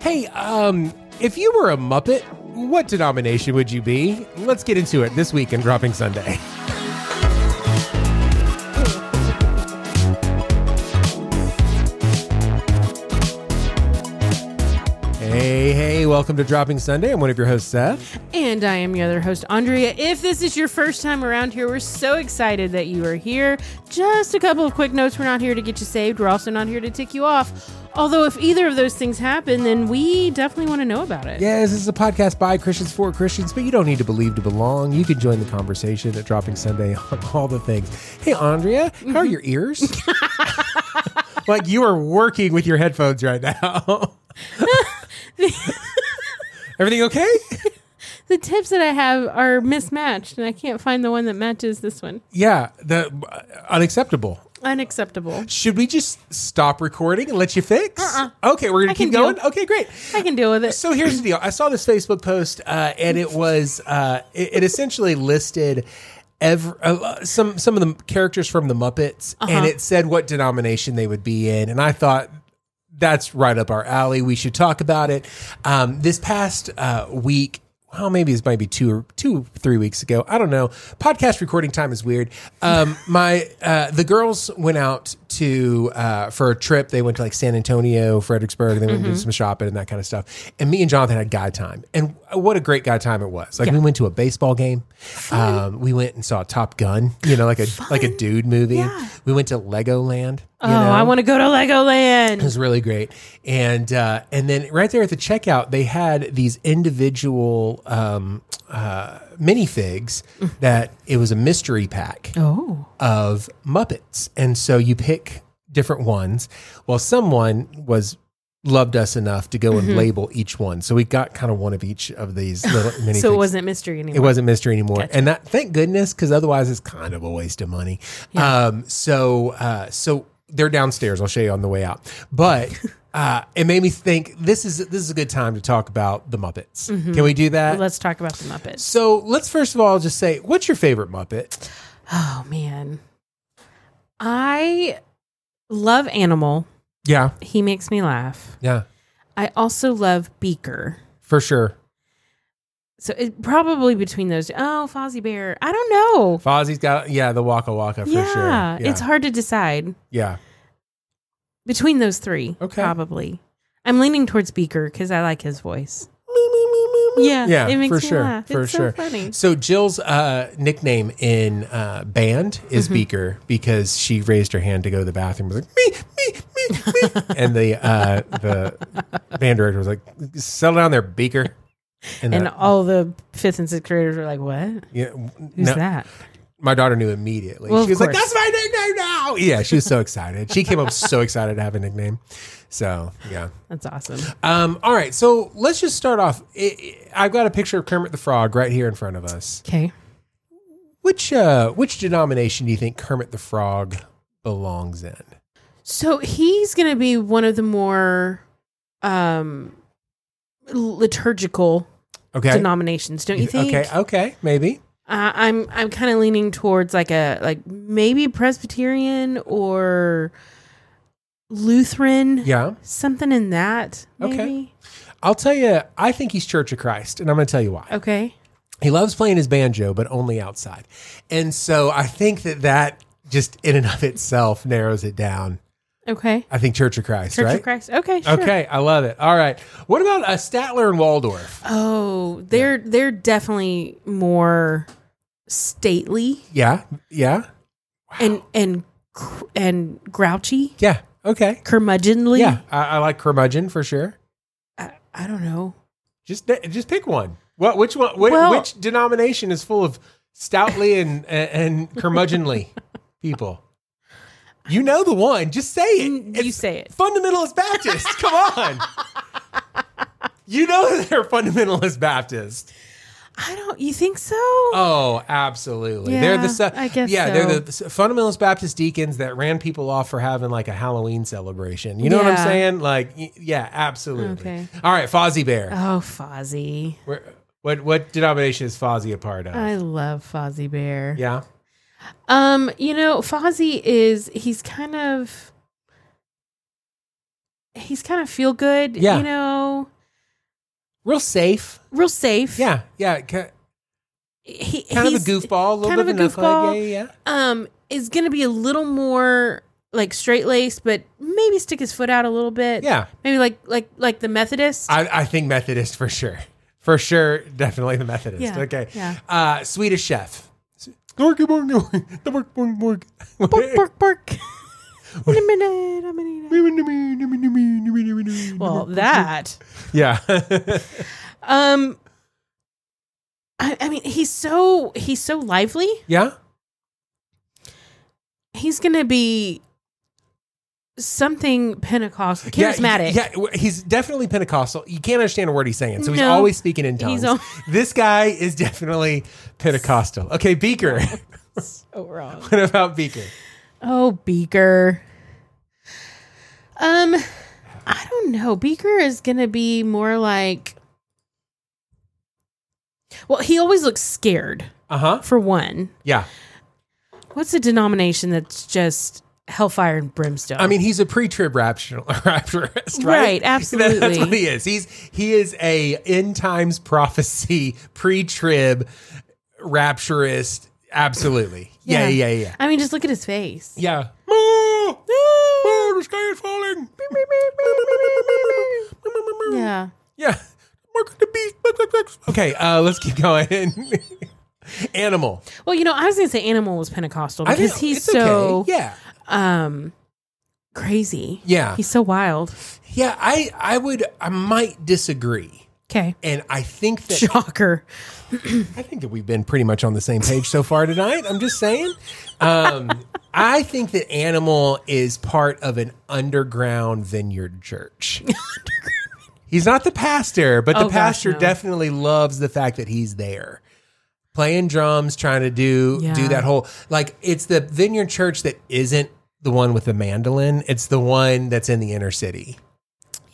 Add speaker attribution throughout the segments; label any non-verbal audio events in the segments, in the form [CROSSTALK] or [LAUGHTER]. Speaker 1: Hey, um, if you were a Muppet, what denomination would you be? Let's get into it this week in Dropping Sunday. Hey, hey, welcome to Dropping Sunday. I'm one of your hosts, Seth.
Speaker 2: And I am your other host, Andrea. If this is your first time around here, we're so excited that you are here. Just a couple of quick notes. We're not here to get you saved. We're also not here to tick you off. Although, if either of those things happen, then we definitely want to know about it.
Speaker 1: Yes, this is a podcast by Christians for Christians, but you don't need to believe to belong. You can join the conversation at Dropping Sunday [LAUGHS] on all the things. Hey, Andrea, how
Speaker 2: Mm-hmm.
Speaker 1: are your ears?
Speaker 2: [LAUGHS]
Speaker 1: like you are working with your headphones right
Speaker 2: [LAUGHS]
Speaker 1: now. Everything okay?
Speaker 2: The tips that I have are mismatched, and I can't find the one that matches this one.
Speaker 1: Yeah, the uh, unacceptable.
Speaker 2: Unacceptable.
Speaker 1: Should we just stop recording and let you fix? Okay, we're gonna
Speaker 2: Uh-uh. I
Speaker 1: keep
Speaker 2: can
Speaker 1: going.
Speaker 2: deal.
Speaker 1: Okay, great.
Speaker 2: I can deal with it.
Speaker 1: So here's the deal. I saw this Facebook post, uh, and it was uh, it, it essentially listed ev uh, some some of the characters from the Muppets, and it said what denomination they would be in. And I thought that's right up our alley. We should talk about it. Um, this past uh, week. Well, maybe this might be two or two, or three weeks ago. I don't know. Podcast recording time is weird. Um, [LAUGHS] my uh, the girls went out to uh, for a trip. They went to like San Antonio, Fredericksburg. They went and did some shopping and that kind of stuff. And me and Jonathan had guy time, and what a great guy time it was! Like we went to a baseball game. Um, we went and saw Top Gun. You know, like a like a dude movie. We went to Legoland.
Speaker 2: oh, I want to go to
Speaker 1: It
Speaker 2: Legoland.
Speaker 1: was really great. And uh, and then right there at the checkout, they had these individual um, uh, minifigs that it was a mystery pack
Speaker 2: Oh.
Speaker 1: of Muppets. And so you pick different ones. Well, someone was loved us enough to go and
Speaker 2: Mm-hmm.
Speaker 1: label each one. So we got kind of one of each of these little mini
Speaker 2: [LAUGHS] So it wasn't mystery anymore.
Speaker 1: it wasn't mystery anymore. And that thank goodness, because otherwise it's kind of a waste of money. Um so uh so they're downstairs. I'll show you on the way out.
Speaker 2: [LAUGHS]
Speaker 1: But uh it made me think this is this is a good time to talk about the Muppets.
Speaker 2: Mm-hmm.
Speaker 1: Can we do that?
Speaker 2: Let's talk about the Muppets.
Speaker 1: so let's first of all just say, what's your favorite Muppet?
Speaker 2: Oh, man. I love Animal.
Speaker 1: Yeah,
Speaker 2: He makes me laugh.
Speaker 1: yeah,
Speaker 2: I also love Beaker.
Speaker 1: for sure.
Speaker 2: So it, probably between those. Oh, Fozzie Bear. I don't know.
Speaker 1: Fozzie's got yeah, the Waka Waka for
Speaker 2: yeah,
Speaker 1: sure. Yeah,
Speaker 2: it's hard to decide
Speaker 1: yeah,
Speaker 2: between those three.
Speaker 1: Okay.
Speaker 2: probably. I'm leaning towards Beaker because I like his voice. Yeah,
Speaker 1: yeah,
Speaker 2: it makes
Speaker 1: for
Speaker 2: me
Speaker 1: sure,
Speaker 2: laugh.
Speaker 1: for
Speaker 2: it's
Speaker 1: sure.
Speaker 2: so funny.
Speaker 1: So Jill's uh, nickname in uh, band is
Speaker 2: Mm-hmm.
Speaker 1: Beaker because she raised her hand to go to the bathroom. Was like me, me, me, me, and the uh, the band director was like, "Settle down there, Beaker." And, uh,
Speaker 2: And
Speaker 1: that-
Speaker 2: all the fifth and sixth graders were like, "What?
Speaker 1: yeah, w-
Speaker 2: Who's
Speaker 1: no-
Speaker 2: that?"
Speaker 1: my daughter knew immediately.
Speaker 2: Well, of
Speaker 1: she was like,
Speaker 2: course.
Speaker 1: "That's my nickname now." Yeah, she was so excited. She came up so excited to have a nickname. So yeah.
Speaker 2: That's awesome.
Speaker 1: Um, all right, so let's just start off. I- I- I've got a picture of Kermit the Frog right here in front of us.
Speaker 2: Okay.
Speaker 1: Which uh, which denomination do you think Kermit the Frog belongs in?
Speaker 2: So he's going to be one of the more um liturgical
Speaker 1: Okay,
Speaker 2: denominations, don't you think?
Speaker 1: okay, okay, maybe.
Speaker 2: Uh, I'm I'm kind of leaning towards like a like maybe Presbyterian or Lutheran,
Speaker 1: Yeah,
Speaker 2: something in that.
Speaker 1: Okay.
Speaker 2: Maybe.
Speaker 1: I'll tell you. I think he's Church of Christ, and I'm going to tell you why.
Speaker 2: Okay. Okay.
Speaker 1: He loves playing his banjo, but only outside, and so I think that that just in and of itself narrows it down. I think Church of Christ,
Speaker 2: Church
Speaker 1: right?
Speaker 2: of Christ. Okay. Sure.
Speaker 1: Okay, I love it. All right, what about uh, Statler and Waldorf?
Speaker 2: Oh, they're they're definitely more stately
Speaker 1: Yeah, yeah,
Speaker 2: and and cr- and grouchy,
Speaker 1: yeah. Okay.
Speaker 2: curmudgeonly.
Speaker 1: Yeah, I, I like curmudgeon for sure.
Speaker 2: I, I don't know.
Speaker 1: Just just pick one. What which one? Which,
Speaker 2: Well-
Speaker 1: which denomination is full of stoutly and [LAUGHS] and, and curmudgeonly people? You know the one. Just say
Speaker 2: Mm,
Speaker 1: it.
Speaker 2: you say it.
Speaker 1: Fundamentalist
Speaker 2: [LAUGHS]
Speaker 1: Baptist. Come on. You know they're fundamentalist Baptist.
Speaker 2: I don't. You think so?
Speaker 1: Oh, absolutely. they're the
Speaker 2: Yeah,
Speaker 1: su-
Speaker 2: I guess
Speaker 1: yeah.
Speaker 2: so.
Speaker 1: They're the s- fundamentalist Baptist deacons that ran people off for having like a Halloween celebration. You know what I'm
Speaker 2: Yeah.
Speaker 1: saying? Like, y- yeah, absolutely.
Speaker 2: Okay.
Speaker 1: All right, Fozzie Bear.
Speaker 2: oh, Fozzie.
Speaker 1: Where, what what denomination is Fozzie a part of?
Speaker 2: I love Fozzie Bear.
Speaker 1: yeah,
Speaker 2: Um, you know, Fozzie is he's kind of he's kind of feel good,
Speaker 1: Yeah.
Speaker 2: you know.
Speaker 1: real safe.
Speaker 2: real safe.
Speaker 1: Yeah, yeah. Kind,
Speaker 2: he,
Speaker 1: kind of a
Speaker 2: he's-
Speaker 1: goofball, a little
Speaker 2: kind
Speaker 1: bit
Speaker 2: of
Speaker 1: of
Speaker 2: a
Speaker 1: a knucklehead.
Speaker 2: goofball.
Speaker 1: Yeah, yeah, yeah.
Speaker 2: Um, is going to be a little more like straight laced, but maybe stick his foot out a little bit.
Speaker 1: Yeah.
Speaker 2: maybe like like like the Methodist.
Speaker 1: I, I think Methodist for sure. For sure, definitely the Methodist.
Speaker 2: Yeah,
Speaker 1: Okay.
Speaker 2: yeah.
Speaker 1: Uh, Swedish chef. Well,
Speaker 2: bark bark bark. [LAUGHS] In a minute, I'm gonna
Speaker 1: [LAUGHS]
Speaker 2: eat it. Well, that.
Speaker 1: Yeah. [LAUGHS]
Speaker 2: Um, I, I mean, he's so he's so lively.
Speaker 1: yeah.
Speaker 2: He's gonna be something Pentecostal, charismatic.
Speaker 1: Yeah, yeah, he's definitely Pentecostal. You can't understand a word he's saying, so he's
Speaker 2: No.
Speaker 1: always speaking in tongues.
Speaker 2: He's al-
Speaker 1: this guy is definitely Pentecostal. Okay, Beaker.
Speaker 2: So wrong.
Speaker 1: what about Beaker?
Speaker 2: Oh, Beaker. Um, I don't know. Beaker is gonna be more like. Well, he always looks scared.
Speaker 1: Uh huh.
Speaker 2: For one,
Speaker 1: Yeah.
Speaker 2: what's a denomination that's just hellfire and brimstone?
Speaker 1: I mean, he's a pre-trib rapture- rapturist, right?
Speaker 2: Right,
Speaker 1: That- that's what
Speaker 2: absolutely.
Speaker 1: he is. He's he is a end times prophecy pre-trib rapturist. Absolutely. Yeah, yeah,
Speaker 2: Yeah.
Speaker 1: yeah, yeah.
Speaker 2: I mean, just look at his face.
Speaker 1: Yeah. Moo! Moo! The sky is falling.
Speaker 2: Yeah.
Speaker 1: Yeah. Mark of the beast. Okay, uh, let's keep going. [LAUGHS] Animal.
Speaker 2: Well, you know, I was gonna say Animal was Pentecostal
Speaker 1: I think
Speaker 2: because he's
Speaker 1: it's
Speaker 2: so
Speaker 1: okay. yeah.
Speaker 2: um crazy.
Speaker 1: Yeah.
Speaker 2: he's so wild.
Speaker 1: Yeah, I I would I might disagree. [LAUGHS]
Speaker 2: Okay,
Speaker 1: And I think that
Speaker 2: shocker.
Speaker 1: I think that we've been pretty much on the same page so far tonight. I'm just saying. Um, I think that Animal is part of an underground vineyard
Speaker 2: [LAUGHS]
Speaker 1: church. he's not the pastor, but the
Speaker 2: Oh, gosh,
Speaker 1: pastor
Speaker 2: no.
Speaker 1: definitely loves the fact that he's there. Playing drums, trying to do do
Speaker 2: Yeah.
Speaker 1: that whole like it's the vineyard church that isn't the one with the mandolin. It's the one that's in the inner city.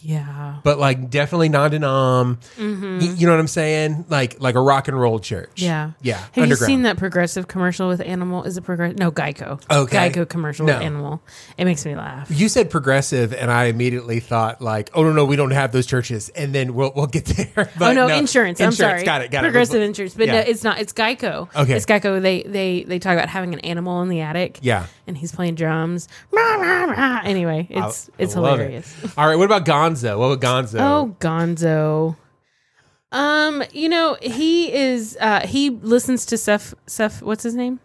Speaker 2: Yeah,
Speaker 1: But like definitely non-denom. You, you know what I'm saying? Like like a rock and roll church.
Speaker 2: Mm-hmm. yeah,
Speaker 1: Yeah,
Speaker 2: Have you
Speaker 1: underground.
Speaker 2: seen that progressive commercial with Animal? Is it progressive? No, Geico.
Speaker 1: Okay.
Speaker 2: Geico commercial
Speaker 1: No.
Speaker 2: with Animal. It makes me laugh.
Speaker 1: You said progressive, and I immediately thought like, oh no, no, we don't have those churches, and then we'll we'll get [LAUGHS] there. But
Speaker 2: oh no, insurance. I'm sorry.
Speaker 1: Got it. Got
Speaker 2: progressive
Speaker 1: it.
Speaker 2: insurance, but
Speaker 1: Yeah.
Speaker 2: no, it's not. It's Geico.
Speaker 1: Okay.
Speaker 2: it's Geico. They they they talk about having an animal in the attic.
Speaker 1: Yeah.
Speaker 2: and he's playing drums. Rah, rah, rah. Anyway, it's it's
Speaker 1: Oh, I love it.
Speaker 2: hilarious.
Speaker 1: All right, what about Gonzo? What about Gonzo?
Speaker 2: Oh, Gonzo. Um, you know, he is uh he listens to Seth Seth what's his name?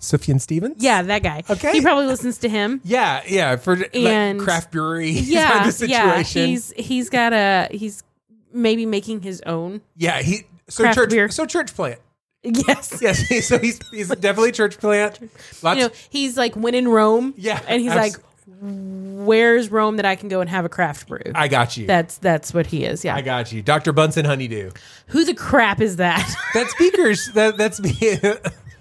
Speaker 1: Sufjan Stevens.
Speaker 2: Yeah, that guy.
Speaker 1: Okay.
Speaker 2: He probably listens
Speaker 1: [LAUGHS]
Speaker 2: to him.
Speaker 1: yeah, yeah. For
Speaker 2: And-
Speaker 1: like craft brewery. [LAUGHS] kind
Speaker 2: Yeah.
Speaker 1: of
Speaker 2: Yeah.
Speaker 1: situation.
Speaker 2: He's he's got a he's maybe making his own.
Speaker 1: yeah. He so
Speaker 2: Craft
Speaker 1: church
Speaker 2: beer.
Speaker 1: so church plant.
Speaker 2: Yes.
Speaker 1: Yes. [LAUGHS] so he's he's definitely church plant. Lots.
Speaker 2: You know, he's like when in Rome.
Speaker 1: Yeah,
Speaker 2: And he's
Speaker 1: abs-
Speaker 2: like where's Rome that I can go and have a craft brew?
Speaker 1: I got you.
Speaker 2: that's that's what he is. Yeah.
Speaker 1: I got you. Doctor Bunsen Honeydew.
Speaker 2: Who the crap is that? [LAUGHS]
Speaker 1: That's Beaker's. that, that's me.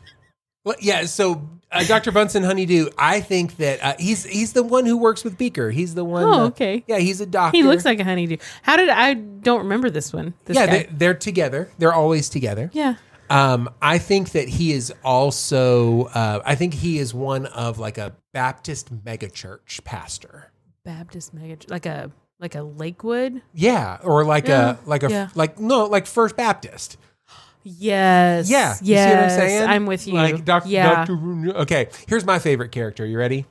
Speaker 1: [LAUGHS] well, yeah. So uh, Dr. Bunsen Honeydew, I think that uh, he's he's the one who works with Beaker. He's the one.
Speaker 2: Oh,
Speaker 1: uh,
Speaker 2: okay.
Speaker 1: Yeah, he's a doctor.
Speaker 2: he looks like a honeydew. How did I don't remember this one? This
Speaker 1: Yeah,
Speaker 2: guy.
Speaker 1: they, they're together. They're always together.
Speaker 2: yeah.
Speaker 1: Um, I think that he is also. Uh, I think he is one of like a Baptist megachurch pastor.
Speaker 2: Baptist mega like a like a Lakewood.
Speaker 1: Yeah, or like
Speaker 2: Yeah,
Speaker 1: a like a
Speaker 2: yeah.
Speaker 1: like no like First Baptist.
Speaker 2: Yes.
Speaker 1: Yeah,
Speaker 2: Yes.
Speaker 1: you see what I'm saying?
Speaker 2: I'm with you.
Speaker 1: Like Dr.
Speaker 2: Yeah.
Speaker 1: Dr. Okay, here's my favorite character. You ready?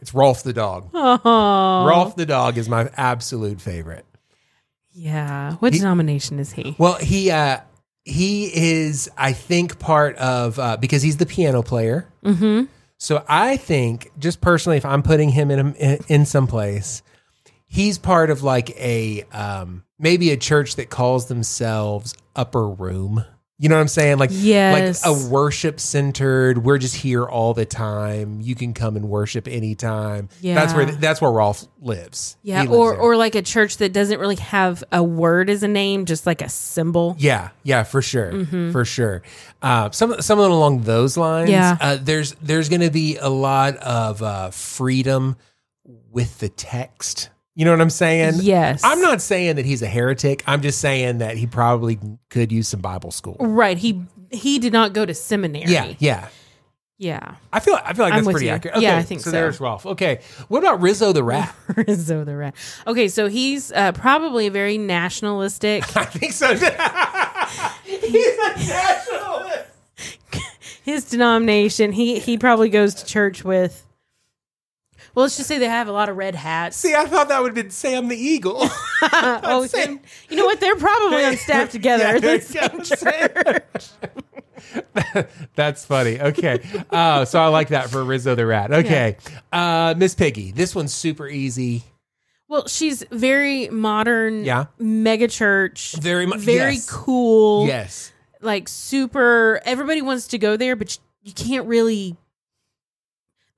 Speaker 1: It's Rolf the dog.
Speaker 2: Oh.
Speaker 1: Rolf the dog is my absolute favorite.
Speaker 2: Yeah. What denomination is he?
Speaker 1: Well, he uh he is I think part of uh because he's the piano player. Mhm.
Speaker 2: Mm-hmm.
Speaker 1: So I think just personally if I'm putting him in a, in some place, he's part of like a um maybe a church that calls themselves Upper Room. You know what I'm saying? Like
Speaker 2: Yes.
Speaker 1: like a worship centered, we're just here all the time. You can come and worship anytime. That's where
Speaker 2: Yeah.
Speaker 1: that's where Rolf lives.
Speaker 2: Yeah.
Speaker 1: He lives
Speaker 2: Or
Speaker 1: there.
Speaker 2: or like a church that doesn't really have a word as a name, just like a symbol.
Speaker 1: Yeah, yeah, for sure,
Speaker 2: Mm-hmm.
Speaker 1: for sure. Uh, some someone along those lines.
Speaker 2: Yeah.
Speaker 1: Uh, there's there's going to be a lot of uh, freedom with the text. You know what I'm saying?
Speaker 2: Yes.
Speaker 1: I'm not saying that he's a heretic. I'm just saying that he probably could use some Bible school.
Speaker 2: Right. He he did not go to seminary.
Speaker 1: Yeah, yeah,
Speaker 2: Yeah. [LAUGHS]
Speaker 1: I feel I feel like
Speaker 2: I'm
Speaker 1: that's
Speaker 2: with
Speaker 1: pretty
Speaker 2: you.
Speaker 1: accurate.
Speaker 2: Yeah, I think so.
Speaker 1: there's Rolf. Okay, what about Rizzo the rat? [LAUGHS]
Speaker 2: Rizzo the rat. Okay, so he's uh, probably a
Speaker 1: [LAUGHS]
Speaker 2: very nationalistic.
Speaker 1: I think so. He's a nationalist.
Speaker 2: His denomination, he he probably goes to church with. Well, let's just say they have a lot of
Speaker 1: [LAUGHS]
Speaker 2: red hats.
Speaker 1: See, I thought that would have been Sam the Eagle.
Speaker 2: oh,
Speaker 1: say-
Speaker 2: then- you know what? They're probably on staff
Speaker 1: [LAUGHS]
Speaker 2: together.
Speaker 1: Yeah,
Speaker 2: at the
Speaker 1: there
Speaker 2: same
Speaker 1: you go. [LAUGHS]
Speaker 2: church.
Speaker 1: That's funny. Okay. Uh, so I like that for Rizzo the Rat. Okay. Uh, Miss Piggy. This one's super easy.
Speaker 2: [LAUGHS] Well, she's very modern.
Speaker 1: Yeah.
Speaker 2: Mega church.
Speaker 1: Very mu-
Speaker 2: Very
Speaker 1: yes.
Speaker 2: cool.
Speaker 1: Yes.
Speaker 2: Like super. Everybody wants to go there, but you, you can't really.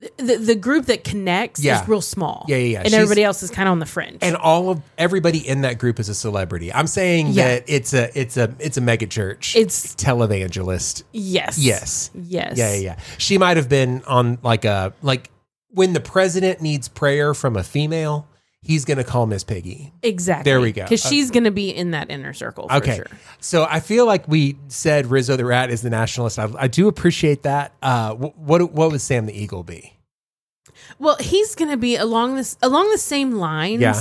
Speaker 2: the- The, the group that connects
Speaker 1: Yeah.
Speaker 2: is real small.
Speaker 1: Yeah, yeah, yeah.
Speaker 2: And
Speaker 1: She's-
Speaker 2: everybody else is kind of on the fringe.
Speaker 1: And all of everybody in that group is a celebrity. I'm saying
Speaker 2: Yeah.
Speaker 1: that it's a it's a it's a mega church.
Speaker 2: It's-
Speaker 1: televangelist.
Speaker 2: yes.
Speaker 1: Yes.
Speaker 2: Yes.
Speaker 1: Yeah, yeah, yeah. She might have been on like a like when the president needs prayer from a female, he's gonna call Miss Piggy.
Speaker 2: Exactly.
Speaker 1: There we go.
Speaker 2: Because
Speaker 1: Uh,
Speaker 2: she's going to be in that inner circle. For
Speaker 1: Okay.
Speaker 2: Sure.
Speaker 1: So I feel like we said Rizzo the Rat is the nationalist. I, I do appreciate that. Uh, wh- what what would Sam the Eagle be?
Speaker 2: Well, he's going to be along this along the same lines.
Speaker 1: Yeah.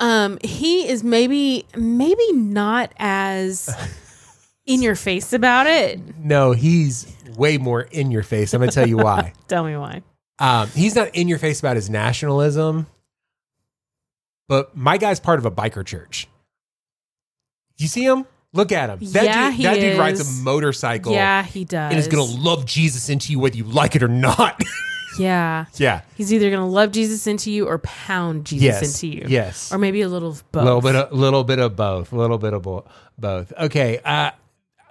Speaker 2: Um, he is maybe maybe not
Speaker 1: [LAUGHS]
Speaker 2: as in your face about it.
Speaker 1: No, he's way more in your face. I'm going to tell you [LAUGHS] why.
Speaker 2: Tell me why.
Speaker 1: Um, he's not in your face about his nationalism, but my guy's part of a biker church. You see him? Look at him. That
Speaker 2: Yeah,
Speaker 1: dude,
Speaker 2: he
Speaker 1: that dude rides
Speaker 2: is.
Speaker 1: a motorcycle
Speaker 2: Yeah, he does.
Speaker 1: and is going to love Jesus into you whether you like it or not. [LAUGHS]
Speaker 2: Yeah,
Speaker 1: yeah.
Speaker 2: he's either going to love Jesus into you or pound Jesus
Speaker 1: Yes.
Speaker 2: into you.
Speaker 1: Yes.
Speaker 2: or maybe a little of
Speaker 1: A
Speaker 2: both.
Speaker 1: little bit, a little bit of both, a little bit of bo- both. Okay, uh,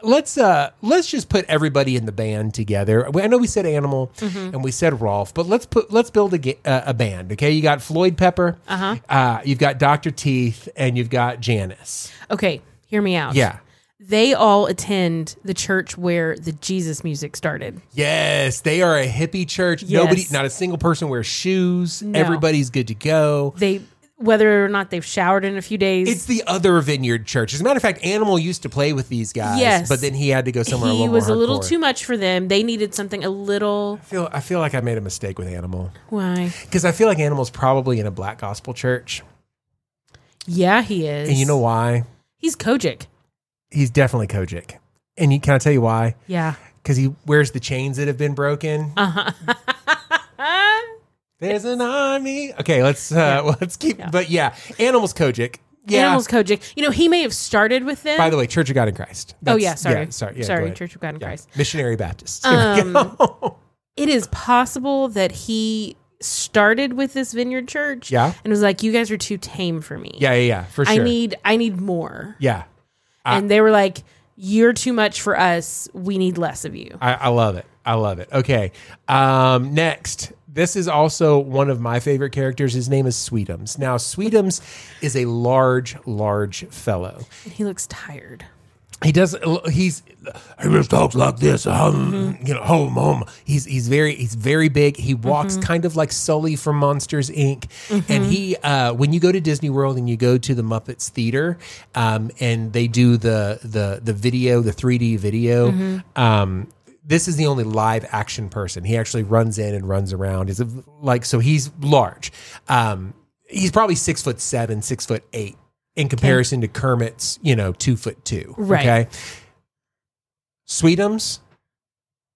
Speaker 1: let's uh, let's just put everybody in the band together. I know we said Animal
Speaker 2: Mm-hmm.
Speaker 1: and we said Rolf, but let's put let's build a, ga- uh, a band. Okay, you got Floyd Pepper, uh-huh. you've got Doctor Teeth, and you've got Janice.
Speaker 2: okay, hear me out.
Speaker 1: Yeah,
Speaker 2: they all attend the church where the Jesus music started.
Speaker 1: yes, they are a hippie church. Nobody,
Speaker 2: Yes.
Speaker 1: not a single person wears shoes. Everybody's good to go.
Speaker 2: They whether or not they've showered in a few days.
Speaker 1: It's the other Vineyard Church. As a matter of fact, Animal used to play with these guys,
Speaker 2: Yes.
Speaker 1: but then he had to go somewhere. a
Speaker 2: he
Speaker 1: little more
Speaker 2: was a little
Speaker 1: hardcore.
Speaker 2: too much for them. They needed something a little.
Speaker 1: feel I feel like I made a mistake with Animal
Speaker 2: Why?
Speaker 1: because I feel like Animal's probably in a black gospel church,
Speaker 2: Yeah, he is.
Speaker 1: and you know why?
Speaker 2: he's Kojic.
Speaker 1: He's definitely Kojic, and you, can I tell you why?
Speaker 2: Yeah.
Speaker 1: Because he wears the chains that have been broken.
Speaker 2: Uh, Ah,
Speaker 1: There's an army. Okay, let's uh, [LAUGHS] let's keep. But yeah, Animal's Kojic. [LAUGHS] Yeah.
Speaker 2: Animals Kojic. You know, he may have started with them.
Speaker 1: By the way, Church of God in Christ.
Speaker 2: oh
Speaker 1: That's-
Speaker 2: yeah, sorry,
Speaker 1: sorry, yeah, go
Speaker 2: sorry.
Speaker 1: ahead.
Speaker 2: Church of God in
Speaker 1: Yeah.
Speaker 2: Christ.
Speaker 1: Missionary [LAUGHS] Baptist.
Speaker 2: Um, It is possible that he started with this Vineyard Church.
Speaker 1: Yeah.
Speaker 2: And was like, "You guys are too tame for me.
Speaker 1: yeah, yeah, yeah, for
Speaker 2: I
Speaker 1: sure.
Speaker 2: need, I need more."
Speaker 1: yeah,
Speaker 2: and they were like, "You're too much for us. We need less of you."
Speaker 1: I, I love it. I love it. Okay. Um, next, this is also one of my favorite characters. His name is Sweetums. Now, Sweetums is a large, large fellow.
Speaker 2: And he looks tired.
Speaker 1: He does. He's he just talks like this. Um, you know, home, home. He's he's very he's very big. He walks kind of like Sully from Monsters Inc. And he, uh, when you go to Disney World and you go to the Muppets Theater, um, and they do the the the video, the 3D video. Um, this is the only live action person. He actually runs in and runs around. Is like so he's large. Um, he's probably six foot seven, six foot eight in comparison to Kermit's, you know, two foot two.
Speaker 2: Right.
Speaker 1: Okay. Sweetums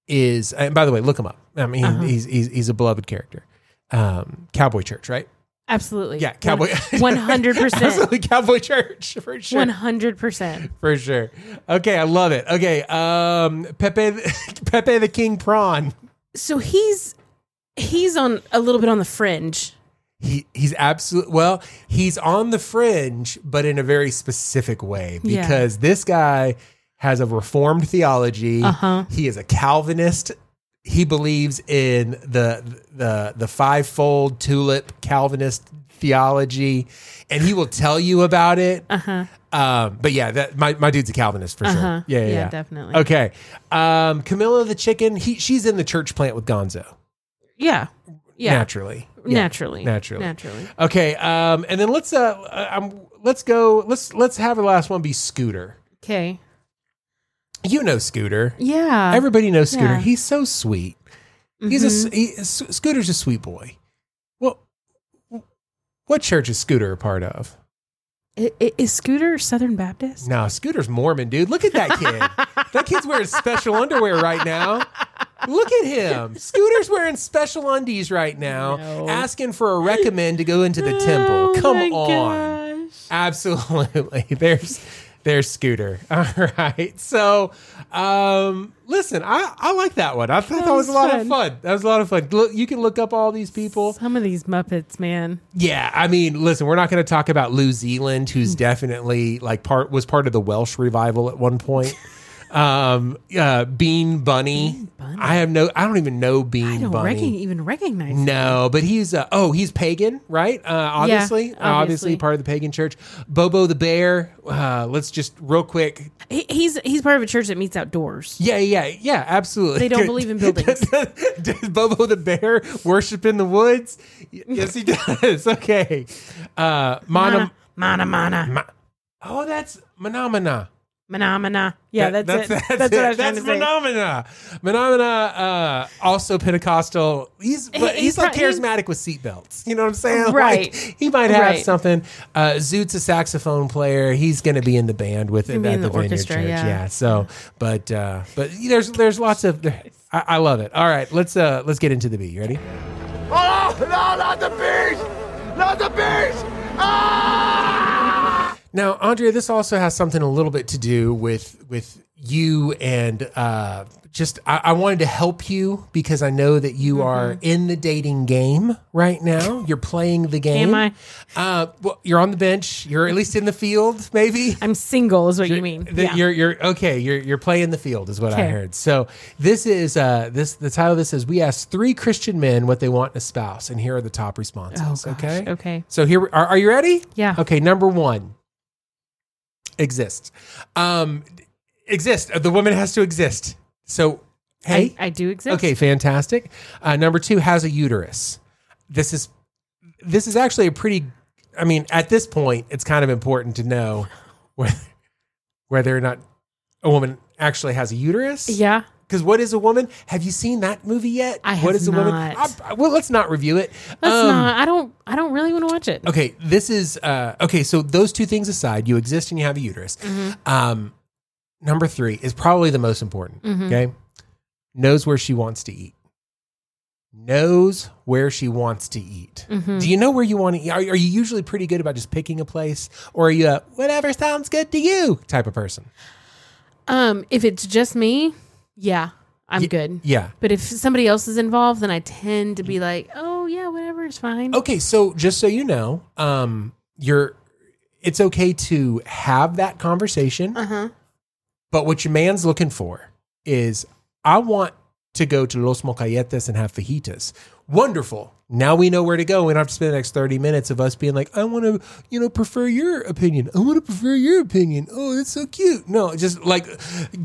Speaker 1: is, and by the way, look him up. I mean,
Speaker 2: Uh-huh.
Speaker 1: he's, he's he's a beloved character. Um, Cowboy Church,
Speaker 2: [LAUGHS]
Speaker 1: right?
Speaker 2: Absolutely.
Speaker 1: Yeah, Cowboy.
Speaker 2: One hundred
Speaker 1: [LAUGHS]
Speaker 2: percent.
Speaker 1: Absolutely, Cowboy Church [LAUGHS] for sure.
Speaker 2: One hundred percent.
Speaker 1: For sure. Okay, I love it. Okay, um, Pepe [LAUGHS] Pepe the King Prawn.
Speaker 2: So he's he's on a little bit on the fringe.
Speaker 1: He he's absolute. Well, he's on the fringe, but in a very specific way
Speaker 2: Yeah.
Speaker 1: because this guy has a reformed theology.
Speaker 2: Uh-huh.
Speaker 1: He is a Calvinist. He believes in the the the fivefold tulip Calvinist theology, and he will tell you about it.
Speaker 2: Uh-huh.
Speaker 1: Um, but yeah, that my, my dude's a Calvinist for
Speaker 2: Uh-huh.
Speaker 1: sure. Yeah, yeah, yeah.
Speaker 2: definitely.
Speaker 1: Okay, um, Camilla the chicken. He she's in the church plant with Gonzo.
Speaker 2: Yeah. Yeah.
Speaker 1: naturally. Yeah.
Speaker 2: Naturally.
Speaker 1: Naturally.
Speaker 2: Naturally.
Speaker 1: Okay, um, and then let's uh, uh, um, let's go. Let's let's have the last one be Scooter.
Speaker 2: Okay.
Speaker 1: You know Scooter.
Speaker 2: Yeah. Mm-hmm.
Speaker 1: Everybody knows Scooter.
Speaker 2: yeah.
Speaker 1: He's so sweet. He's a he, S- Scooter's a sweet boy. Well, what church is Scooter a part of?
Speaker 2: I- I- Is Scooter Southern Baptist?
Speaker 1: No, Scooter's Mormon, dude. Look at that
Speaker 2: [LAUGHS]
Speaker 1: kid. that kid's wearing special underwear right now. Look at him. Scooter's wearing special undies right now,
Speaker 2: No.
Speaker 1: asking for a recommend to go into the temple.
Speaker 2: Oh
Speaker 1: Come
Speaker 2: my
Speaker 1: on.
Speaker 2: gosh.
Speaker 1: Absolutely. [LAUGHS] There's there's Scooter. [LAUGHS] All right. So um listen, I, I like that one. I thought that, was,
Speaker 2: was
Speaker 1: a lot of
Speaker 2: fun.
Speaker 1: fun. That was a lot of fun. Look, you can look up all these people.
Speaker 2: Some of these Muppets, man.
Speaker 1: Yeah, I mean, listen, we're not going to talk about Lou Zealand, who's definitely like part was part of the Welsh revival at one point. um, uh, Bean Bunny.
Speaker 2: Bunny.
Speaker 1: I have no, I don't even know Bean
Speaker 2: I don't
Speaker 1: Bunny.
Speaker 2: recogn- even recognize.
Speaker 1: no, but he's uh, oh, he's pagan, right? Uh, obviously, obviously,
Speaker 2: obviously.
Speaker 1: part of the pagan church. Bobo the bear. Uh, let's just real quick.
Speaker 2: He, he's he's part of a church that meets outdoors.
Speaker 1: Yeah, yeah, yeah. Absolutely.
Speaker 2: They don't believe in buildings.
Speaker 1: [LAUGHS] does Bobo the bear worship in the woods? Y- Yes, he [LAUGHS] does. Okay. Uh, Monum.
Speaker 2: Mana, mana, mana,
Speaker 1: Ma- oh, that's phenomena.
Speaker 2: mana, mana. Yeah,
Speaker 1: That-
Speaker 2: that's, it. That's, what I
Speaker 1: [LAUGHS]
Speaker 2: was
Speaker 1: that's
Speaker 2: trying to say.
Speaker 1: phenomena. Phenomena, uh, also Pentecostal. He's but he's,
Speaker 2: he's
Speaker 1: like
Speaker 2: pro- he's-
Speaker 1: charismatic with seatbelts. You know what I'm saying? [LAUGHS]
Speaker 2: Right.
Speaker 1: Like, he might have
Speaker 2: Right.
Speaker 1: something. Uh, Zoot's a saxophone player. He's going to be in the band with him
Speaker 2: be
Speaker 1: at
Speaker 2: in
Speaker 1: the,
Speaker 2: the
Speaker 1: Vineyard
Speaker 2: orchestra,
Speaker 1: Church.
Speaker 2: yeah.
Speaker 1: So, but uh, but there's there's lots of. I, I love it. All right, let's uh let's get into the beat. You ready?
Speaker 3: Oh, no, not the bees! Not the bees! Ah!
Speaker 1: Now, Andrea, this also has something a little bit to do with with you and uh, just I, I wanted to help you because I know that you
Speaker 2: Mm-hmm.
Speaker 1: are in the dating game right now. You're playing the game.
Speaker 2: Am I?
Speaker 1: Uh, well, you're on the bench. You're at least in the field, maybe.
Speaker 2: I'm single, is [LAUGHS] what you mean.
Speaker 1: That
Speaker 2: yeah.
Speaker 1: You're you're okay. You're you're playing the field is what I
Speaker 2: Okay.
Speaker 1: heard. So this is uh this the title of this is we asked three Christian men what they want in a spouse and here are the top responses.
Speaker 2: Oh, gosh.
Speaker 1: Okay.
Speaker 2: Okay.
Speaker 1: So here we- are are you ready?
Speaker 2: Yeah.
Speaker 1: Okay. Number one. Exists. Um, exist. The woman has to exist. So hey.
Speaker 2: I, I do exist.
Speaker 1: Okay, fantastic. Uh, number two has a uterus. This is this is actually a pretty. I mean, at this point, it's kind of important to know [LAUGHS] whether, whether or not a woman actually has a uterus.
Speaker 2: Yeah.
Speaker 1: Because what is a woman? Have you seen that movie yet?
Speaker 2: I
Speaker 1: what
Speaker 2: have
Speaker 1: is a woman?
Speaker 2: not.
Speaker 1: I- well, let's not review it.
Speaker 2: That's
Speaker 1: Um,
Speaker 2: not. I don't. I don't really want to watch it.
Speaker 1: Okay, this is uh, okay. So those two things aside, you exist and you have a uterus. Um, number three is probably the most important. Okay, knows where she wants to eat. Knows where she wants to eat. Do you know where you want to eat? Are, are you usually pretty good about just picking a place, or are you a whatever sounds good to you type of person?
Speaker 2: Um, if it's just me, yeah, I'm
Speaker 1: Ye-
Speaker 2: good.
Speaker 1: Yeah.
Speaker 2: But if somebody else is involved, then I tend to be like, oh yeah, whatever, it's fine.
Speaker 1: Okay, so just so you know, um, you're it's okay to have that conversation.
Speaker 2: Uh-huh.
Speaker 1: But what your man's looking for is I want to go to Los Mocayetes and have fajitas. Wonderful. Now we know where to go. We don't have to spend the next 30 minutes of us being like, I want to, you know, prefer your opinion. I want to prefer your opinion. Oh, that's so cute. No, just like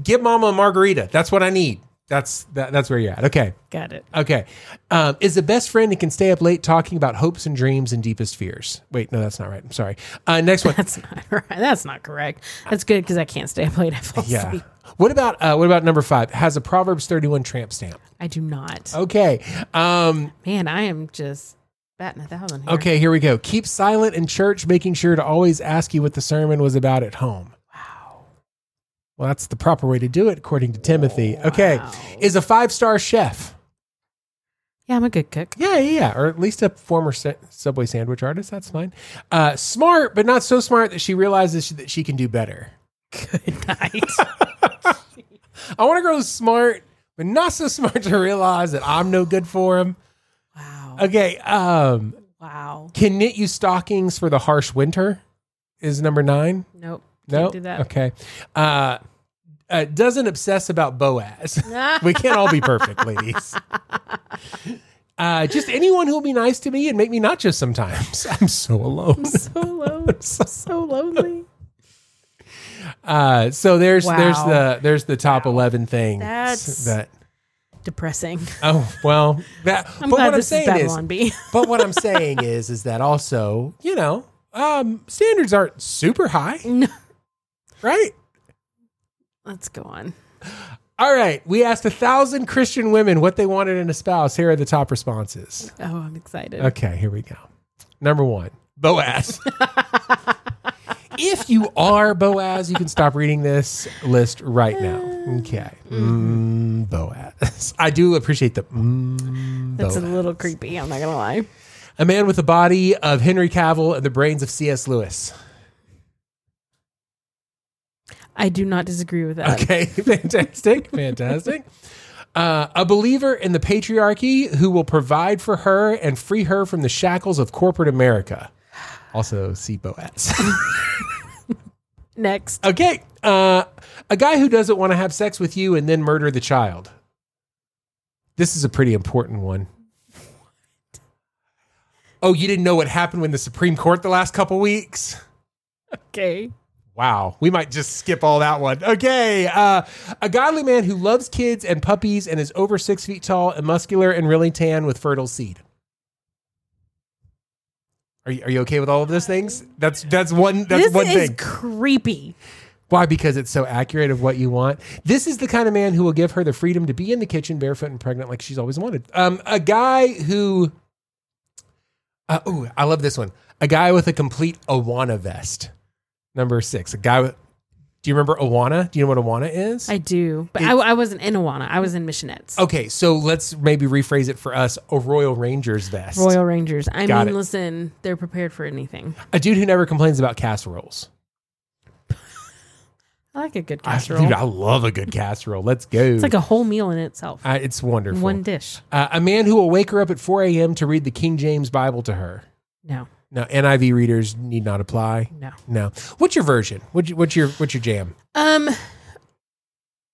Speaker 1: give mama a margarita. That's what I need. That's that, that's where you're at. Okay.
Speaker 2: Got it.
Speaker 1: Okay. Um, is the best friend that can stay up late talking about hopes and dreams and deepest fears. Wait, no, that's not right. I'm sorry. Uh, next one.
Speaker 2: That's not [LAUGHS] right. That's not correct. That's good because I can't stay up late. I fall
Speaker 1: Yeah.
Speaker 2: asleep.
Speaker 1: What about uh, what about number five? Has a Proverbs thirty one tramp stamp.
Speaker 2: I do not.
Speaker 1: Okay. Um,
Speaker 2: Man, I am just batting a thousand. Here.
Speaker 1: okay. Here we go. Keep silent in church, making sure to always ask you what the sermon was about at home. Wow. Well, that's the proper way to do it, according to Timothy. Okay.
Speaker 2: Wow.
Speaker 1: Is a five star chef.
Speaker 2: Yeah, I'm a
Speaker 1: [LAUGHS]
Speaker 2: good cook.
Speaker 1: Yeah, yeah, yeah. Or at least a former sa- Subway sandwich artist. That's fine. Uh, smart, but not so smart that she realizes that she can do better.
Speaker 2: Good night.
Speaker 1: I want to grow smart, but not so [LAUGHS] smart to realize that I'm no good for him.
Speaker 2: [LAUGHS] wow.
Speaker 1: Okay. Um,
Speaker 2: Wow.
Speaker 1: can knit you stockings for the harsh winter is number nine.
Speaker 2: Nope.
Speaker 1: No,
Speaker 2: Can't do that.
Speaker 1: okay. Uh, uh, doesn't obsess about
Speaker 2: [LAUGHS]
Speaker 1: Boaz. we can't all be perfect, ladies. Uh, just anyone who'll be nice to me and make me nachos sometimes. [LAUGHS] I'm so alone.
Speaker 2: [LAUGHS]
Speaker 1: [LAUGHS]
Speaker 2: So low. so lonely.
Speaker 1: Uh, so there's
Speaker 2: Wow.
Speaker 1: there's the there's the top eleven things
Speaker 2: That's-
Speaker 1: that.
Speaker 2: Depressing.
Speaker 1: Oh well, that.
Speaker 2: I'm
Speaker 1: but
Speaker 2: glad
Speaker 1: what I'm
Speaker 2: this is
Speaker 1: saying is,
Speaker 2: Babylon B. [LAUGHS]
Speaker 1: but what I'm saying is, is that also you know um, standards aren't super high,
Speaker 2: No.
Speaker 1: right?
Speaker 2: Let's go on.
Speaker 1: All right, we asked a thousand Christian women what they wanted in a spouse. Here are the top responses.
Speaker 2: Oh, I'm excited.
Speaker 1: Okay, here we go. Number one, Boaz. if you are Boaz, you can stop reading this list right now. Okay, mm, Boaz. I do appreciate the mm,
Speaker 2: That's a
Speaker 1: Boaz.
Speaker 2: little creepy. I'm not gonna lie.
Speaker 1: A man with the body of Henry Cavill and the brains of C.S. Lewis.
Speaker 2: I do not disagree with that.
Speaker 1: Okay, [LAUGHS] fantastic, fantastic. Uh, a believer in the patriarchy who will provide for her and free her from the shackles of corporate America. Also, see Boaz. [LAUGHS]
Speaker 2: Next,
Speaker 1: okay, uh, a guy who doesn't want to have sex with you and then murder the child. This is a pretty important one. Oh, you didn't know what happened when the Supreme Court the last couple weeks?
Speaker 2: okay.
Speaker 1: Wow, we might just skip all that one. Okay, uh, a godly man who loves kids and puppies and is over six feet tall and muscular and really tan with fertile seed. Are you, are you okay with all of those things? That's that's one that's
Speaker 2: this
Speaker 1: one
Speaker 2: is
Speaker 1: thing.
Speaker 2: creepy.
Speaker 1: Why? Because it's so accurate of what you want. This is the kind of man who will give her the freedom to be in the kitchen barefoot and pregnant like she's always wanted. Um, a guy who. Uh, ooh, I love this one. A guy with a complete Awana vest. Number six. A guy with. Do you remember Awana? Do you know what Awana is?
Speaker 2: I do, but I, I wasn't in Awana. I was in Missionettes.
Speaker 1: okay, so let's maybe rephrase it for us a Royal Rangers vest.
Speaker 2: Royal Rangers. I
Speaker 1: Got
Speaker 2: mean,
Speaker 1: it.
Speaker 2: listen, they're prepared for anything.
Speaker 1: A dude who never complains about casseroles.
Speaker 2: I like a good
Speaker 1: I-
Speaker 2: casserole.
Speaker 1: dude, I love a good casserole. Let's go.
Speaker 2: it's like a whole meal in itself.
Speaker 1: Uh, it's wonderful.
Speaker 2: One dish.
Speaker 1: Uh, a man who will wake her up at 4 a.m. to read the King James Bible to her.
Speaker 2: No,
Speaker 1: No, NIV readers need not apply.
Speaker 2: no.
Speaker 1: No. What's your version? What's your, what's your what's your jam?
Speaker 2: Um,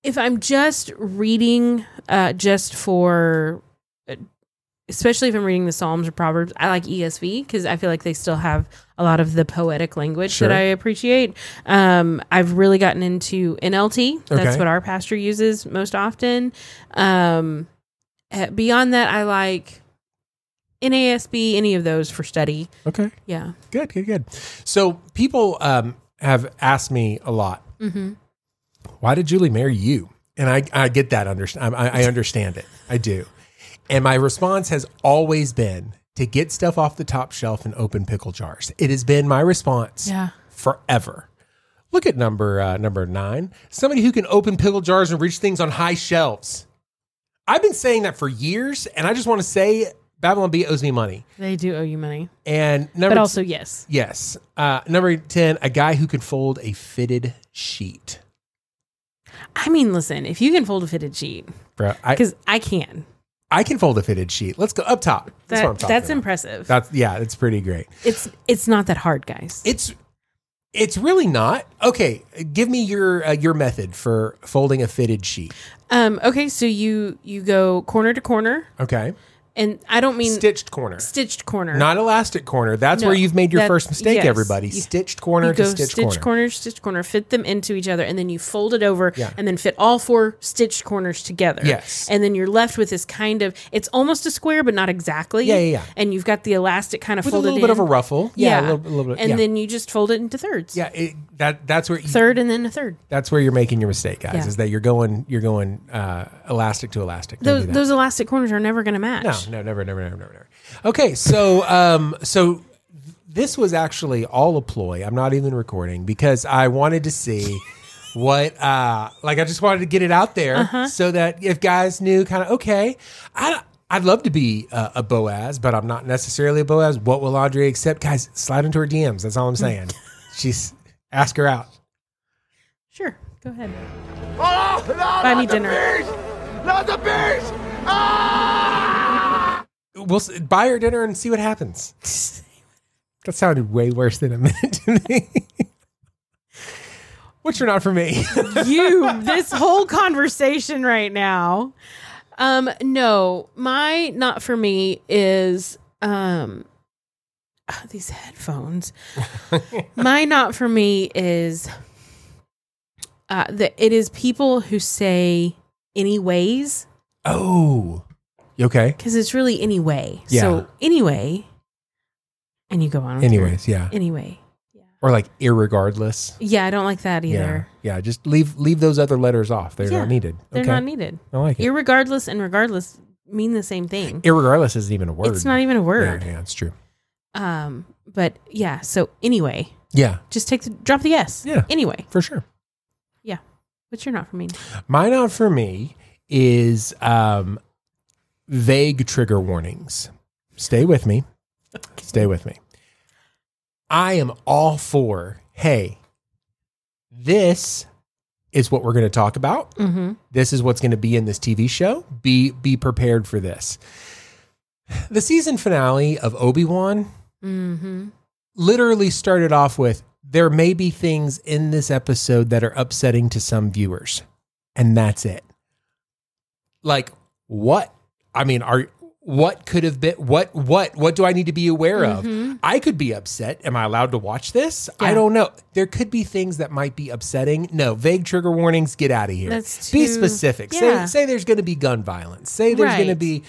Speaker 2: if I'm just reading, uh, just for, uh, especially if I'm reading the Psalms or Proverbs, I like E ESV because I feel like they still have a lot of the poetic language
Speaker 1: Sure.
Speaker 2: that I appreciate. Um, I've really gotten into NLT. That's
Speaker 1: Okay.
Speaker 2: what our pastor uses most often. Um, eh, beyond that, I like NASB, any of those for study.
Speaker 1: Okay.
Speaker 2: Yeah.
Speaker 1: Good, good, good. So people um, have asked me a lot,
Speaker 2: Mm-hmm.
Speaker 1: why did Julie marry you? And I, I get that understand I, I understand it. I do. And my response has always been to get stuff off the top shelf and open pickle jars. It has been my response.
Speaker 2: Yeah.
Speaker 1: forever. Look at number uh, number nine. Somebody who can open pickle jars and reach things on high shelves. I've been saying that for years, and I just want to say Babylon B owes me money.
Speaker 2: They do owe you money.
Speaker 1: And number
Speaker 2: But also, yes.
Speaker 1: yes, uh, number ten, a guy who can fold a fitted sheet.
Speaker 2: I mean, listen, if you can fold a fitted sheet,
Speaker 1: Bro, I,
Speaker 2: because I can.
Speaker 1: I can fold a fitted sheet. Let's go up top. That's what I'm
Speaker 2: That,
Speaker 1: talking
Speaker 2: that's
Speaker 1: about.
Speaker 2: impressive.
Speaker 1: That's yeah, it's pretty great.
Speaker 2: it's it's not that hard, guys.
Speaker 1: It's it's really not okay. Give me your uh, your method for folding a fitted sheet.
Speaker 2: Um, okay, so you you go corner to corner,
Speaker 1: Okay,
Speaker 2: and I don't mean
Speaker 1: stitched corner.
Speaker 2: stitched corner.
Speaker 1: Not elastic corner. That's
Speaker 2: No,
Speaker 1: where you've made your
Speaker 2: that-
Speaker 1: first mistake,
Speaker 2: yes.
Speaker 1: everybody.
Speaker 2: You-
Speaker 1: Stitched
Speaker 2: you
Speaker 1: corner
Speaker 2: go
Speaker 1: to
Speaker 2: stitch,
Speaker 1: stitched corner.
Speaker 2: corner, stitch corner, fit them into each other, and then you fold it over,
Speaker 1: Yeah.
Speaker 2: and then fit all four stitched corners together.
Speaker 1: Yes.
Speaker 2: and then you're left with this kind of it's almost a square, but not exactly.
Speaker 1: Yeah, yeah, yeah.
Speaker 2: And you've got the elastic kind of
Speaker 1: With a
Speaker 2: folded
Speaker 1: little bit of
Speaker 2: in.
Speaker 1: a ruffle. Yeah, a little, a little bit.
Speaker 2: And
Speaker 1: yeah.
Speaker 2: then you just fold it into thirds.
Speaker 1: yeah, it, that that's where you,
Speaker 2: third and then a third.
Speaker 1: that's where you're making your mistake, guys.
Speaker 2: Yeah.
Speaker 1: Is that you're going you're going uh, elastic to elastic. Don't
Speaker 2: Those,
Speaker 1: do that.
Speaker 2: those elastic corners are never going to match.
Speaker 1: no, no, never, never, never, never, never. Okay, so um, so this was actually all a ploy. I'm not even recording because I wanted to see what uh like I just wanted to get it out there so that if guys knew kind of okay, I I'd love to be uh, a Boaz, but I'm not necessarily a Boaz. What will Audrey accept? Guys, slide into her DMs. That's all I'm saying. She's ask her out.
Speaker 2: Sure, go ahead. [LAUGHS]
Speaker 3: Oh, no,
Speaker 2: Buy
Speaker 3: not
Speaker 2: me
Speaker 3: the
Speaker 2: dinner.
Speaker 3: beast! Not the beast! Ah!
Speaker 1: We'll s- buy her dinner and see what happens. That sounded way worse than it [LAUGHS] meant to me. Which are not for me. [LAUGHS]
Speaker 2: you this whole conversation right now. Um, no, my not for me is um ah,
Speaker 1: [LAUGHS]
Speaker 2: these headphones. my not for me is uh that it is people who say anyways
Speaker 1: oh, you okay?
Speaker 2: because it's really anyway.
Speaker 1: Yeah.
Speaker 2: So anyway, and you go on. With your-
Speaker 1: Anyways, yeah.
Speaker 2: anyway. Yeah.
Speaker 1: or like irregardless.
Speaker 2: Yeah, I don't like that either.
Speaker 1: Yeah, yeah. Just leave leave those other letters off. They're
Speaker 2: Yeah,
Speaker 1: not needed.
Speaker 2: They're
Speaker 1: okay?
Speaker 2: not needed.
Speaker 1: I like it.
Speaker 2: Irregardless and regardless mean the same thing.
Speaker 1: irregardless isn't even a word.
Speaker 2: It's not even a word.
Speaker 1: Yeah, yeah, it's true.
Speaker 2: Um, but yeah. So anyway,
Speaker 1: Yeah,
Speaker 2: just take the drop the s.
Speaker 1: Yeah.
Speaker 2: Anyway,
Speaker 1: for sure.
Speaker 2: yeah. But you're not for me.
Speaker 1: My not for me is um, vague trigger warnings. Stay with me. Stay with me. I am all for, hey, this is what we're going to talk about.
Speaker 2: Mm-hmm.
Speaker 1: This is what's going to be in this TV show. Be be prepared for this. The season finale of Obi-Wan
Speaker 2: Mm-hmm.
Speaker 1: literally started off with there may be things in this episode that are upsetting to some viewers and that's it like what i mean are what could have been what what what do i need to be aware of i could be upset am i allowed to watch this i
Speaker 2: Mm-hmm. Yeah.
Speaker 1: don't know there could be things that might be upsetting no vague trigger warnings get out of here
Speaker 2: That's
Speaker 1: be
Speaker 2: too-
Speaker 1: specific
Speaker 2: yeah.
Speaker 1: say, say there's going to be gun violence say there's going to
Speaker 2: Right.
Speaker 1: be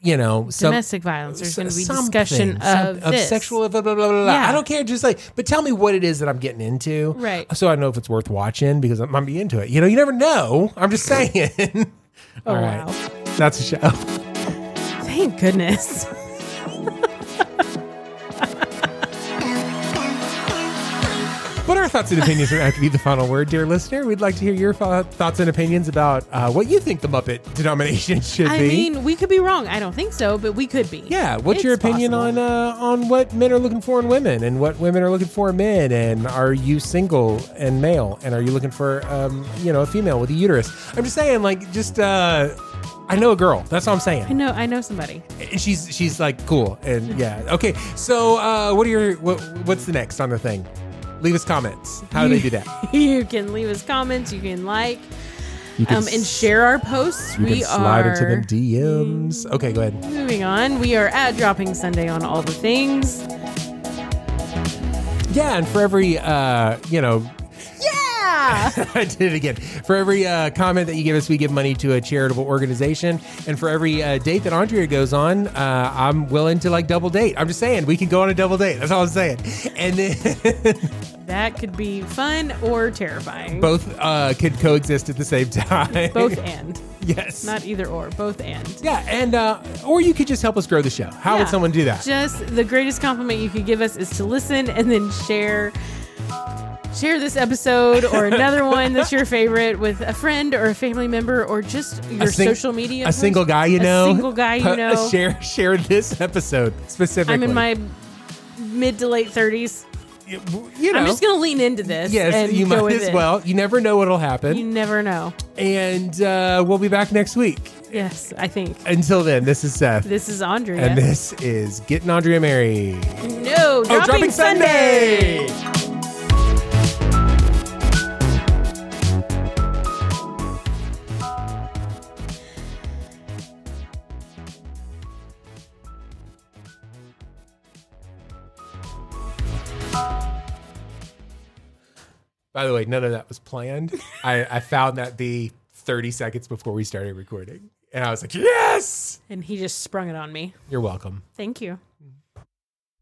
Speaker 1: you know some
Speaker 2: Domestic violence. There's going to be
Speaker 1: something,
Speaker 2: discussion
Speaker 1: some-
Speaker 2: of, this.
Speaker 1: sexual blah, blah, blah, blah, blah.
Speaker 2: Yeah.
Speaker 1: I don't care. Just like, but tell me what it is that I'm getting into,
Speaker 2: Right.
Speaker 1: So I know if it's worth watching because I might be into it. You know, you never know. I'm just saying. [LAUGHS] All right,
Speaker 2: Oh, wow.
Speaker 1: that's a show.
Speaker 2: [LAUGHS] Thank goodness.
Speaker 1: But our thoughts and opinions don't have to be the final word, dear listener. We'd like to hear your fo- thoughts and opinions about uh, what you think the Muppet denomination [LAUGHS] should
Speaker 2: I
Speaker 1: be.
Speaker 2: mean, we could be wrong. I don't think so, but we could be.
Speaker 1: yeah, what's your
Speaker 2: It's
Speaker 1: opinion
Speaker 2: possible.
Speaker 1: on uh, on what men are looking for in women, and what women are looking for in men, and are you single and male, and are you looking for um, you know a female with a uterus? I'm just saying, like, just uh, I know a girl. That's all I'm
Speaker 2: I
Speaker 1: saying.
Speaker 2: know. I know somebody.
Speaker 1: And she's she's like cool, and yeah, okay. So uh, what are your what, what's the next on the thing? Leave us comments. How do they do that?
Speaker 2: [LAUGHS] you can leave us comments. You can like
Speaker 1: You
Speaker 2: um, and share our posts.
Speaker 1: You
Speaker 2: we
Speaker 1: can slide
Speaker 2: are
Speaker 1: into them DMs. Okay, go ahead.
Speaker 2: moving on. We are at Dropping Sunday on all the things.
Speaker 1: [LAUGHS] Yeah, and for every uh, you know
Speaker 2: Yeah.
Speaker 1: [LAUGHS] I did it again. For every uh, comment that you give us, we give money to a charitable organization. And for every uh, date that Andrea goes on, uh, I'm willing to like double date. I'm just saying we can go on a double date. That's all I'm saying. And then [LAUGHS]
Speaker 2: That could be fun or terrifying.
Speaker 1: both uh, could coexist at the same time. [LAUGHS]
Speaker 2: Both and.
Speaker 1: yes.
Speaker 2: Not either or. Both and.
Speaker 1: yeah, and uh, or you could just help us grow the show. How
Speaker 2: Yeah.
Speaker 1: would someone do that?
Speaker 2: Just the greatest compliment you could give us is to listen and then share. Share this
Speaker 1: [LAUGHS]
Speaker 2: episode or another one that's your favorite with a friend or a family member or just your
Speaker 1: A sing-
Speaker 2: social media.
Speaker 1: a
Speaker 2: post.
Speaker 1: single guy you
Speaker 2: A
Speaker 1: know,
Speaker 2: single guy
Speaker 1: [LAUGHS]
Speaker 2: you
Speaker 1: Uh,
Speaker 2: know.
Speaker 1: share share this episode specifically.
Speaker 2: I'm in my mid to late 30s.
Speaker 1: you you know.
Speaker 2: I'm just going to lean into this.
Speaker 1: Yes,
Speaker 2: and
Speaker 1: you
Speaker 2: go
Speaker 1: might
Speaker 2: with
Speaker 1: as
Speaker 2: it.
Speaker 1: well. You never know what'll happen.
Speaker 2: You never know.
Speaker 1: and uh, we'll be back next week.
Speaker 2: Yes, I think.
Speaker 1: Until then, this is Seth,
Speaker 2: This is Andrea.
Speaker 1: and this is Getting Andrea Mary.
Speaker 2: no, Oh, dropping, Sunday.
Speaker 1: By the way, none of that was planned. I, I found that the 30 seconds before we started recording, and I was like, "Yes,
Speaker 2: And he just sprung it on me.
Speaker 1: you're welcome."
Speaker 2: Thank you.